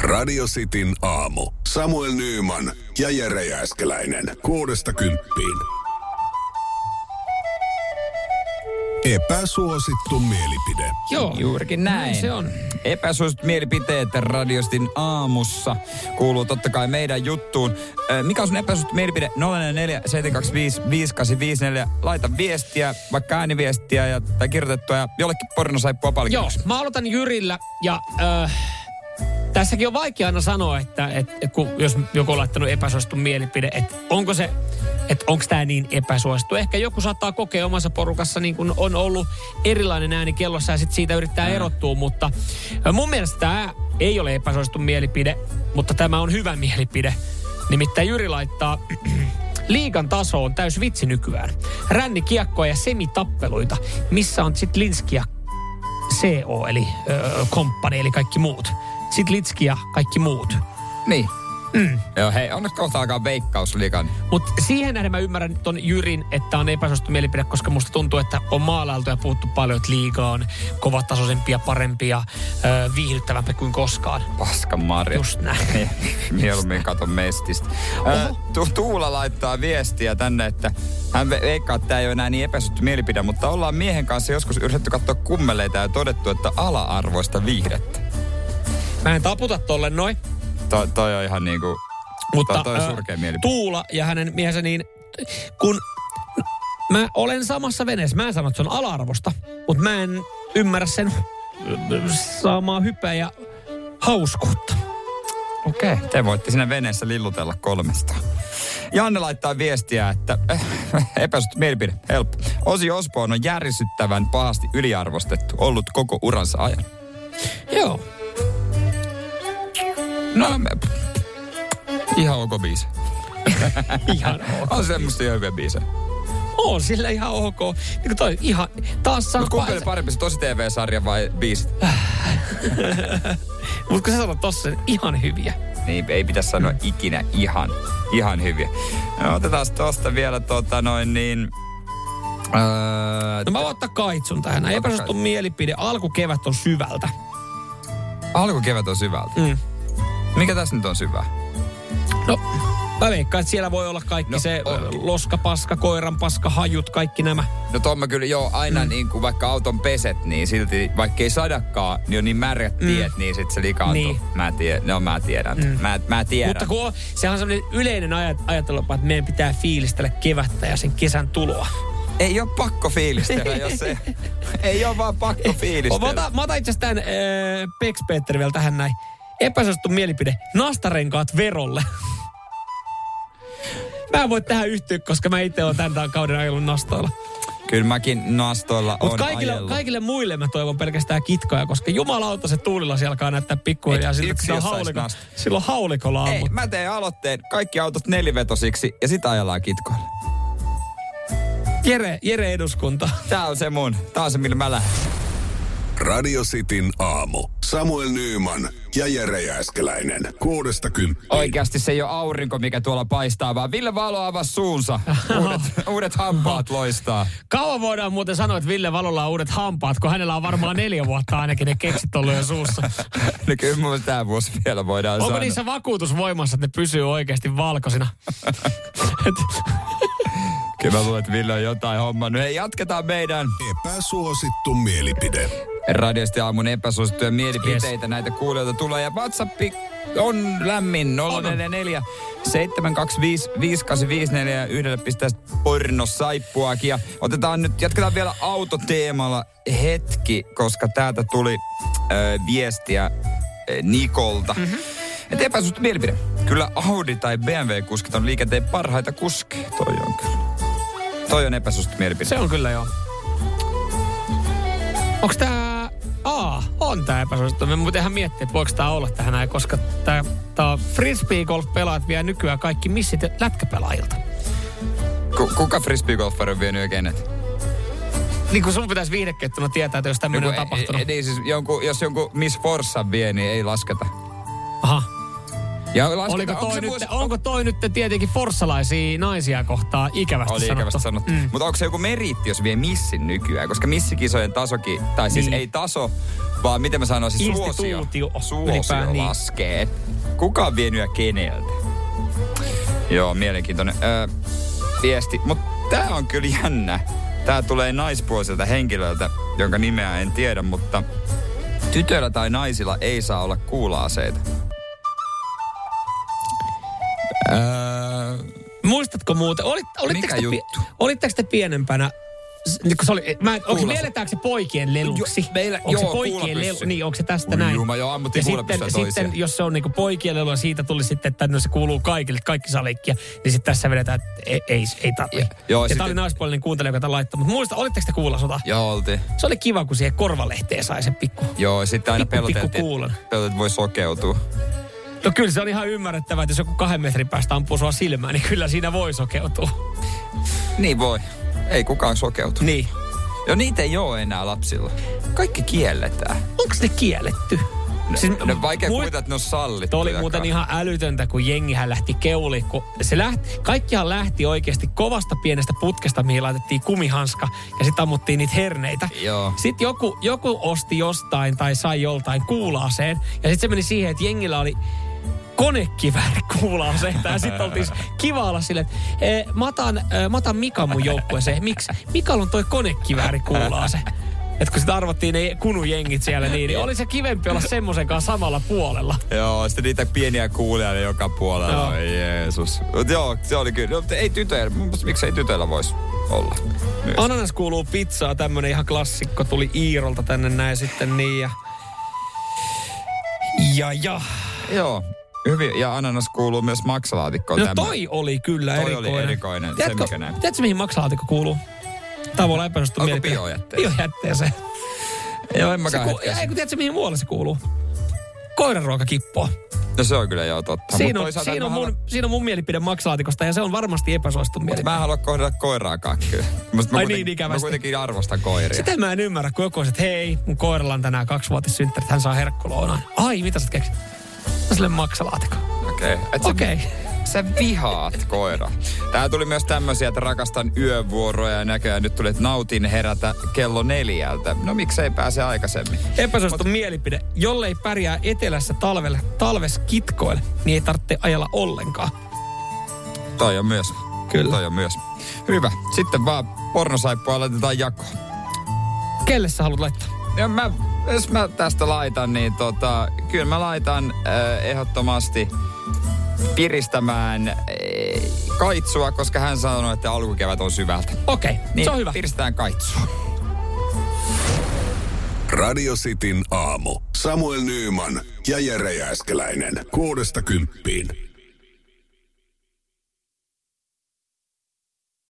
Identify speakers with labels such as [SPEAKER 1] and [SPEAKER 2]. [SPEAKER 1] Radio Cityn aamu. Samuel Nyyman ja Jere Jääskeläinen. Kuudesta kymppiin. Epäsuosittu mielipide.
[SPEAKER 2] Joo,
[SPEAKER 3] Niin Juurikin näin.
[SPEAKER 2] Näin se on.
[SPEAKER 3] Epäsuositut mielipiteet Radiostin aamussa kuuluu totta kai meidän juttuun. Ö, Mikä on sun epäsuosittu mielipide? 044 725 5854. Laita viestiä, vaikka ääniviestiä ja, tai kirjoitettua ja jollekin pornosaippua
[SPEAKER 2] Joo,
[SPEAKER 3] palkinnoksi.
[SPEAKER 2] mä aloitan Jyrillä ja äh, tässäkin on vaikea aina sanoa, että et, et, kun, jos joku on laittanut epäsuosittu mielipide, että onko se, että onko tämä niin epäsuosittu. Ehkä joku saattaa kokea omassa porukassa niin kun on ollut erilainen ääni kellossa ja sit siitä yrittää erottua, mutta äh, mun mielestä tämä ei ole epäsuosittu mielipide, mutta tämä on hyvä mielipide. Nimittäin Jyri laittaa Liikan taso on täys vitsi nykyään. Rännikiekkoa ja semitappeluita. Missä on sitten Linskia CO, eli ö, komppani, eli kaikki muut. Sitten Litski ja kaikki muut.
[SPEAKER 3] Niin. Mm. Joo, hei, onneksi kohta alkaa veikkausliikan.
[SPEAKER 2] Mutta siihen nähden mä ymmärrän ton Jyrin, että on epäsuosittu mielipide, koska musta tuntuu, että on maalailtu ja puhuttu paljon, että liiga on kovatasoisempi ja parempi ja ö, viihdyttävämpi kuin koskaan.
[SPEAKER 3] Paskan marja.
[SPEAKER 2] Just näin.
[SPEAKER 3] Niin, Mieluummin katon mestistä. Ö, Tu- Tuula laittaa viestiä tänne, että hän ve- veikkaa, että tämä ei ole enää niin epäsytty mielipide, mutta ollaan miehen kanssa joskus yritetty katsoa kummeleita ja todettu, että ala-arvoista viihdettä.
[SPEAKER 2] Mä en taputa tolle noin,
[SPEAKER 3] Toi, toi on ihan niinku...
[SPEAKER 2] mutta
[SPEAKER 3] toi, toi on
[SPEAKER 2] ö,
[SPEAKER 3] surkea mielipide.
[SPEAKER 2] Tuula ja hänen miehensä niin, kun mä olen samassa veneessä, mä en sano, että se on alarvosta, mutta mä en ymmärrä sen saamaa hypeä ja hauskuutta.
[SPEAKER 3] Okei. Okay. Te voitte siinä veneessä lillutella kolmesta. Janne laittaa viestiä, että eh, epäsytty mielipide, helppo. Osi Osbourne on järisyttävän pahasti yliarvostettu, ollut koko uransa ajan.
[SPEAKER 2] Joo.
[SPEAKER 3] No, me, ihan ok biisi.
[SPEAKER 2] Ihan ok.
[SPEAKER 3] On semmoista ihan hyviä biisejä.
[SPEAKER 2] On sillä ihan ok. Niin kuin toi ihan, taas
[SPEAKER 3] Mut
[SPEAKER 2] sanoo,
[SPEAKER 3] kumpi oli parempi, se tosi TV-sarja vai biisit?
[SPEAKER 2] mutta kun sä sanot tossa, niin ihan hyviä.
[SPEAKER 3] Niin, ei pitäisi sanoa ikinä ihan, ihan hyviä. No, otetaan tosta vielä tota noin niin... Öö,
[SPEAKER 2] No mä voin ottaa kaitsun tähän.
[SPEAKER 3] Ota
[SPEAKER 2] Epäsuostun
[SPEAKER 3] kaitsun.
[SPEAKER 2] mielipide. Alkukevät on syvältä.
[SPEAKER 3] alkukevät on syvältä.
[SPEAKER 2] Mm.
[SPEAKER 3] Mikä tässä nyt on syvää?
[SPEAKER 2] No, mä veikkaan, että siellä voi olla kaikki
[SPEAKER 3] No,
[SPEAKER 2] no, se
[SPEAKER 3] on.
[SPEAKER 2] ö, loskapaska, koiranpaska, hajut, kaikki nämä.
[SPEAKER 3] No Tomma kyllä joo, aina mm. niin kuin vaikka auton peset, niin silti vaikka ei sadakaan, niin on niin märät tiet, mm. niin sit se likaantuu. Niin.
[SPEAKER 2] Niin.
[SPEAKER 3] Mä tiedän, no mä tiedän. Mm. Mä, mä tiedän.
[SPEAKER 2] Mutta kun on, sehän on sellainen yleinen ajat, ajatelma, että meidän pitää fiilistellä kevättä ja sen kesän tuloa.
[SPEAKER 3] Ei ole pakko fiilistellä, jos ei... ei ole vaan pakko
[SPEAKER 2] Mä
[SPEAKER 3] fiilistellä.
[SPEAKER 2] otan, mä otan itse asiassa tämän äh, Peks Peter vielä tähän näin. Epäsuosittu mielipide. Nastarenkaat verolle. mä en voi tähän yhtyä, koska mä itse oon tämän kauden ajellut nastoilla.
[SPEAKER 3] Kyllä mäkin nastoilla on
[SPEAKER 2] Mutta kaikille,
[SPEAKER 3] ajellut.
[SPEAKER 2] kaikille muille mä toivon pelkästään kitkoja, koska jumalauta se tuulilasi alkaa näyttää pikkuhiljaa
[SPEAKER 3] Ei,
[SPEAKER 2] siltä, kun
[SPEAKER 3] yksi
[SPEAKER 2] sillä on
[SPEAKER 3] jos sais
[SPEAKER 2] hauliko,
[SPEAKER 3] nasta.
[SPEAKER 2] silloin haulikolla
[SPEAKER 3] Ei,
[SPEAKER 2] ammut.
[SPEAKER 3] mä teen aloitteen. Kaikki autot nelivetosiksi ja sitä ajellaan kitkoilla.
[SPEAKER 2] Jere, Jere eduskunta.
[SPEAKER 3] Tää on se mun. Tää on se, millä mä lähden.
[SPEAKER 1] Radio Cityn aamu. Samuel Nyyman ja Jere Jääskeläinen. Kuudesta kymppiin.
[SPEAKER 3] Oikeasti se ei ole aurinko, mikä tuolla paistaa, vaan Ville Valo avaa suunsa. Uudet, uudet hampaat loistaa.
[SPEAKER 2] Kauan voidaan muuten sanoa, että Ville Valolla on uudet hampaat, kun hänellä on varmaan neljä vuotta ainakin ne keksit ollut jo suussa.
[SPEAKER 3] No kyllä mun mielestä tää vuosi vielä voidaan
[SPEAKER 2] Onko
[SPEAKER 3] sanoa.
[SPEAKER 2] niissä vakuutus voimassa, että ne pysyy oikeasti valkoisina? Et,
[SPEAKER 3] Kyllä mä luulen, että Ville on jotain hommaa. No hei, jatketaan meidän
[SPEAKER 1] Epäsuosittu mielipide.
[SPEAKER 3] radiosti aamun epäsuosittuja mielipiteitä. Yes. Näitä kuulijoita tulee ja WhatsApp on lämmin 044 725 5854 ja yhdelle pistää sit pornosaippuakin. Ja otetaan nyt, jatketaan vielä autoteemalla hetki, koska täältä tuli ö, viestiä ö, Nikolta. Mm-hmm. Et epäsuosittu mielipide. Kyllä Audi tai BMW-kuskit on liikenteen parhaita kuskeja. Toi on kyllä. Toi on epäsuosittu mielipide.
[SPEAKER 2] se on kyllä joo. Onko tää... Aa, on tää epäsuosittu. Me muuten ihan miettii, että voiko tää olla tähän näin, koska tää, tää frisbeegolf-pelaat vie nykyään kaikki missit lätkäpelaajilta.
[SPEAKER 3] Ku, kuka frisbeegolfari on vienyt oikein et?
[SPEAKER 2] Niin kun sun pitäisi viihdekettuna tietää, että jos tämmöinen on
[SPEAKER 3] Joku-
[SPEAKER 2] tapahtunut.
[SPEAKER 3] e- e- Niin siis jonkun, jos jonkun Miss Forssa vie, niin ei lasketa.
[SPEAKER 2] Aha.
[SPEAKER 3] Ja lasketaan,
[SPEAKER 2] Oliko toi
[SPEAKER 3] onko se
[SPEAKER 2] nyt,
[SPEAKER 3] vuosi-
[SPEAKER 2] onko toi nyt tietenkin forssalaisia naisia kohtaa ikävästi
[SPEAKER 3] Oli
[SPEAKER 2] sanottu?
[SPEAKER 3] ikävästi sanottu. Mm. Mutta onko se joku meriitti, jos vie missin nykyään? Koska missikisojen tasokin, tai siis
[SPEAKER 2] Niin.
[SPEAKER 3] ei taso, vaan miten mä sanoisin, suosio,
[SPEAKER 2] Instituutio ylipäätään,
[SPEAKER 3] suosio
[SPEAKER 2] niin.
[SPEAKER 3] laskee. Et Kuka on vienyt ja keneltä? Joo, mielenkiintoinen öö, viesti. Mutta tää on kyllä jännä. Tää tulee naispuoliselta henkilöltä, jonka nimeä en tiedä, mutta tytöillä tai naisilla ei saa olla kuula-aseita. Öö,
[SPEAKER 2] Mm. Muistatko muuten? Olit, olitteko,
[SPEAKER 3] Mikä
[SPEAKER 2] te,
[SPEAKER 3] juttu?
[SPEAKER 2] pi- olitteko te pienempänä? s- niin kun Se oli, mä, en- onko,
[SPEAKER 3] Kuulasi.
[SPEAKER 2] mielletäänkö se poikien leluksi?
[SPEAKER 3] Jo- meillä-
[SPEAKER 2] onko se
[SPEAKER 3] joo,
[SPEAKER 2] poikien
[SPEAKER 3] kuulapyssy.
[SPEAKER 2] lelu? Niin, onko se tästä
[SPEAKER 3] Ui
[SPEAKER 2] näin?
[SPEAKER 3] juma, joo, ammuttiin
[SPEAKER 2] ja
[SPEAKER 3] kuulapyssyä
[SPEAKER 2] sitten,
[SPEAKER 3] toisia.
[SPEAKER 2] sitten, jos se on niinku poikien lelua, siitä tuli sitten, että no se kuuluu kaikille, kaikki saa leikkiä, niin sitten tässä vedetään, että ei, ei, ei tarvi. Ja,
[SPEAKER 3] Ja- joo,
[SPEAKER 2] ja
[SPEAKER 3] sitten-
[SPEAKER 2] tää oli naispuolinen kuuntelija, joka tämän laittoi. Mutta muista, olitteko te kuulasota?
[SPEAKER 3] joo, oltiin.
[SPEAKER 2] Se oli kiva, kun siihen korvalehteen sai sen pikku.
[SPEAKER 3] Joo, sitten aina
[SPEAKER 2] Pikku- pikku
[SPEAKER 3] peloteltiin,
[SPEAKER 2] kuulan.
[SPEAKER 3] että peloteltiin, että voi sokeutua.
[SPEAKER 2] No kyllä se on ihan ymmärrettävää, että jos joku kahden metrin päästä ampuu sua silmään, niin kyllä siinä voi sokeutua.
[SPEAKER 3] Niin voi. Ei kukaan sokeutu.
[SPEAKER 2] Niin.
[SPEAKER 3] Joo, niitä ei ole enää lapsilla. Kaikki kielletään.
[SPEAKER 2] Onko ne kielletty?
[SPEAKER 3] No, siis, no vaikea
[SPEAKER 2] mui-
[SPEAKER 3] kuvitella, että ne on
[SPEAKER 2] Tuo
[SPEAKER 3] sallittuja.
[SPEAKER 2] oli muuten ihan älytöntä, kun jengihän lähti keuli. Kun se lähti, kaikkihan lähti oikeasti kovasta pienestä putkesta, mihin laitettiin kumihanska ja sitten ammuttiin niitä herneitä.
[SPEAKER 3] Joo.
[SPEAKER 2] Sitten joku, joku osti jostain tai sai joltain kuulaaseen ja sitten se meni siihen, että jengillä oli konekivääri kuulaaseita ja sitten oltiin kiva olla silleen, että "Ee, mä otan, ö, mä otan Mikan mun joukkueeseen. Miksi? Mikalla on toi konekivääri kuulaase. Et kun sitä arvattiin ne kunujengit siellä niin, niin oli se kivempi olla semmoisen kanssa samalla puolella.
[SPEAKER 3] Joo, sitten niitä pieniä kuulijoita joka puolella.
[SPEAKER 2] Joo.
[SPEAKER 3] Joo. Oi Jeesus. Mut joo, se oli kyllä. No, mutta ei tytöillä. Mun mielestä miksei tytöillä voisi olla? Myös.
[SPEAKER 2] Ananas kuuluu pizzaa, tämmönen ihan klassikko tuli Iirolta tänne näin sitten niin ja... Ja ja.
[SPEAKER 3] Joo. Hyvin. Ja ananas kuuluu myös maksalaatikkoon.
[SPEAKER 2] No
[SPEAKER 3] tämä.
[SPEAKER 2] toi oli kyllä
[SPEAKER 3] Toi oli
[SPEAKER 2] erikoinen.
[SPEAKER 3] erikoinen, se
[SPEAKER 2] Tiedätkö,
[SPEAKER 3] mikä näin.
[SPEAKER 2] tiedätkö mihin maksalaatikko kuuluu? Tämä voi olla epäsuosittu
[SPEAKER 3] Onko
[SPEAKER 2] mielipide.
[SPEAKER 3] biojätteeseen?
[SPEAKER 2] Biojätteeseen.
[SPEAKER 3] Joo, en
[SPEAKER 2] Se
[SPEAKER 3] mäkään
[SPEAKER 2] ku,
[SPEAKER 3] hetkessä.
[SPEAKER 2] ei kun tiedätkö mihin muualle se kuuluu? Koiranruokakippoa.
[SPEAKER 3] No se on kyllä joo totta. Mut
[SPEAKER 2] Siinä on,
[SPEAKER 3] toisaalta
[SPEAKER 2] siinä, on
[SPEAKER 3] mä haluan-
[SPEAKER 2] mun, siinä on mun mielipide maksalaatikosta ja se on varmasti epäsuosittu mielipide.
[SPEAKER 3] Mä en halua kohdata koiraakaan kyllä. Musta mä
[SPEAKER 2] Ai niin,
[SPEAKER 3] kuitenkin-
[SPEAKER 2] ikävästi.
[SPEAKER 3] Mä kuitenkin arvostan koiria.
[SPEAKER 2] Sitä mä en ymmärrä, kun joku on, se, että hei, mun koiralla on tänään kaksivuotissynttärit, hän saa herkkulounaan. Ai, mitä sä oot keksit? Mä sille maksalaatikon.
[SPEAKER 3] Okei. Okay.
[SPEAKER 2] Okei.
[SPEAKER 3] Sä vihaat koira. Tää tuli myös tämmöisiä, että rakastan yövuoroja ja näköjään nyt tuli, että nautin herätä kello neljältä. No miksei pääse aikaisemmin?
[SPEAKER 2] Epäsuosittu mielipide. Jollei pärjää etelässä talvella, talves kitkoille, niin ei tarvitse ajella ollenkaan.
[SPEAKER 3] Toi on myös.
[SPEAKER 2] Kyllä.
[SPEAKER 3] Toi on myös. Hyvä. Sitten vaan pornosaippua laitetaan jakoon.
[SPEAKER 2] Kelle sä haluat laittaa?
[SPEAKER 3] Ja mä, jos mä tästä laitan, niin tota, kyllä mä laitan äh, ehdottomasti piristämään äh, kaitsua, koska hän sanoi, että alkukevät on syvältä.
[SPEAKER 2] Okei, okay,
[SPEAKER 3] Niin
[SPEAKER 2] se on hyvä.
[SPEAKER 3] piristetään kaitsua.
[SPEAKER 1] Radio Cityn aamu. Samuel Nyyman ja Jere Jääskeläinen. Kuudesta kymppiin.